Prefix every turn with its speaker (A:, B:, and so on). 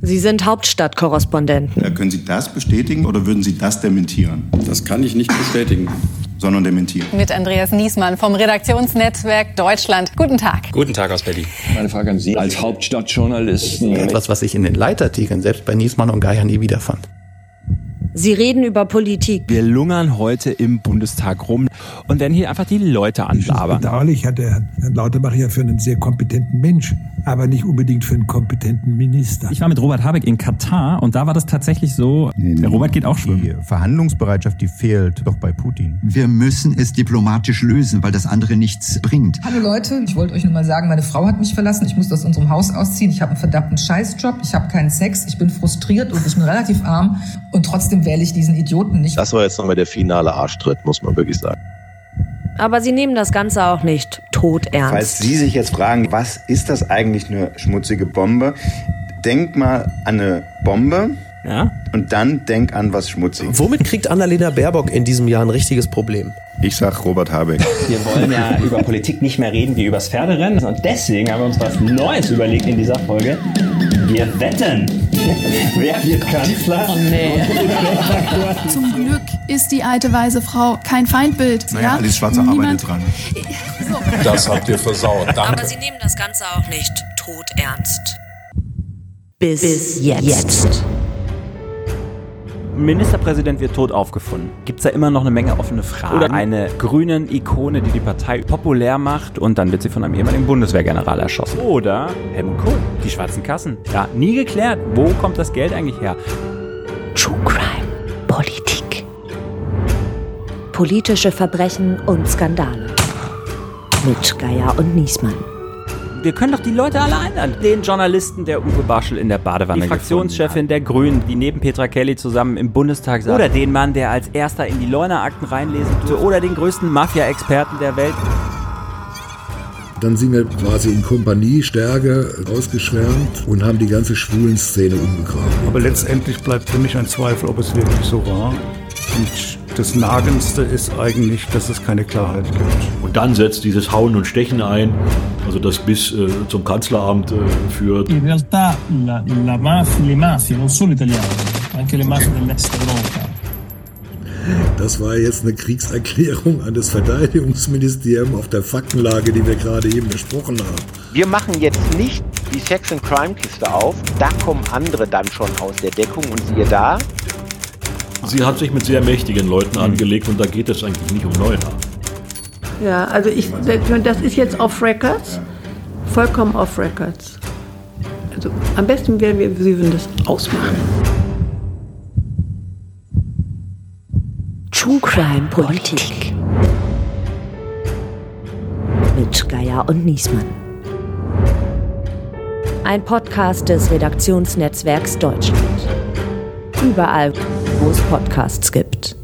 A: Sie sind Hauptstadtkorrespondenten.
B: Ja, Äh, können Sie das bestätigen oder würden Sie das dementieren?
C: Das kann ich nicht bestätigen.
B: Sondern dementieren.
D: Mit Andreas Niesmann vom Redaktionsnetzwerk Deutschland. Guten Tag.
E: Guten Tag aus Berlin.
F: Meine Frage an Sie als Hauptstadtjournalisten.
G: Etwas, was ich in den Leitartikeln selbst bei Niesmann und Geier nie wiederfand.
A: Sie reden über Politik.
H: Wir lungern heute im Bundestag rum und werden hier einfach die Leute anlabern.
I: Bedauerlich hat der Herr Lauterbach ja für einen sehr kompetenten Mensch, aber nicht unbedingt für einen kompetenten Minister.
H: Ich war mit Robert Habeck in Katar und da war das tatsächlich so. Nee, nee. Robert geht auch schwimmen.
J: Die Verhandlungsbereitschaft, die fehlt doch bei Putin.
K: Wir müssen es diplomatisch lösen, weil das andere nichts bringt.
L: Hallo Leute, ich wollte euch nur mal sagen, meine Frau hat mich verlassen. Ich muss aus unserem Haus ausziehen. Ich habe einen verdammten Scheißjob. Ich habe keinen Sex. Ich bin frustriert und ich bin relativ arm und trotzdem wähle ich diesen Idioten nicht.
M: Das war jetzt nochmal der finale Arschtritt, muss man wirklich sagen.
A: Aber sie nehmen das Ganze auch nicht todernst.
N: Falls Sie sich jetzt fragen, was ist das eigentlich eine schmutzige Bombe? Denk mal an eine Bombe. Ja? Und dann denk an was Schmutziges.
O: Womit kriegt Annalena Baerbock in diesem Jahr ein richtiges Problem?
B: Ich sag Robert Habeck.
P: Wir wollen ja über Politik nicht mehr reden wie übers Pferderennen. Und deswegen haben wir uns was Neues überlegt in dieser Folge. Wir wetten. Wer wird Kanzler?
Q: Oh nee. Zum Glück ist die alte weise Frau kein Feindbild.
B: Naja, ja? alles schwarze Arbeit dran.
C: Das habt ihr versaut. Danke.
A: Aber sie nehmen das Ganze auch nicht todernst. Bis, Bis jetzt. jetzt.
H: Ministerpräsident wird tot aufgefunden. Gibt es da immer noch eine Menge offene Fragen? Oder eine grünen Ikone, die die Partei populär macht und dann wird sie von einem ehemaligen Bundeswehrgeneral erschossen. Oder Helmut Kohl, die schwarzen Kassen. Ja, nie geklärt, wo kommt das Geld eigentlich her?
A: True Crime, Politik. Politische Verbrechen und Skandale. Mit Geier und Niesmann.
H: Wir können doch die Leute alle einladen. Den Journalisten, der Uwe Barschel in der Badewanne Die Fraktionschefin der Grünen, die neben Petra Kelly zusammen im Bundestag saß. Oder den Mann, der als erster in die Leuna-Akten reinlesen durfte. Oder den größten Mafia-Experten der Welt.
R: Dann sind wir quasi in Kompanie, Stärke ausgeschwärmt und haben die ganze schwulen Szene umgegraben.
S: Aber letztendlich bleibt für mich ein Zweifel, ob es wirklich so war. Und das Nagendste ist eigentlich, dass es keine Klarheit gibt.
T: Und dann setzt dieses Hauen und Stechen ein, also das bis äh, zum Kanzleramt äh, führt.
G: In realtà la, la mafia, le mafie, non solo italiane, anche le mafie dell'est Europa.
R: Das war jetzt eine Kriegserklärung an das Verteidigungsministerium auf der Faktenlage, die wir gerade eben besprochen haben.
A: Wir machen jetzt nicht die Sex and Crime Kiste auf, da kommen andere dann schon aus der Deckung und siehe da,
T: Sie hat sich mit sehr mächtigen Leuten angelegt und da geht es eigentlich nicht um Neuner.
C: Ja, also ich, das ist jetzt off records, vollkommen off records. Also am besten werden wir, Sie würden das ausmachen.
A: True Crime Politik. Mit Geier und Niesmann. Ein Podcast des Redaktionsnetzwerks Deutschland. Überall, wo es Podcasts gibt.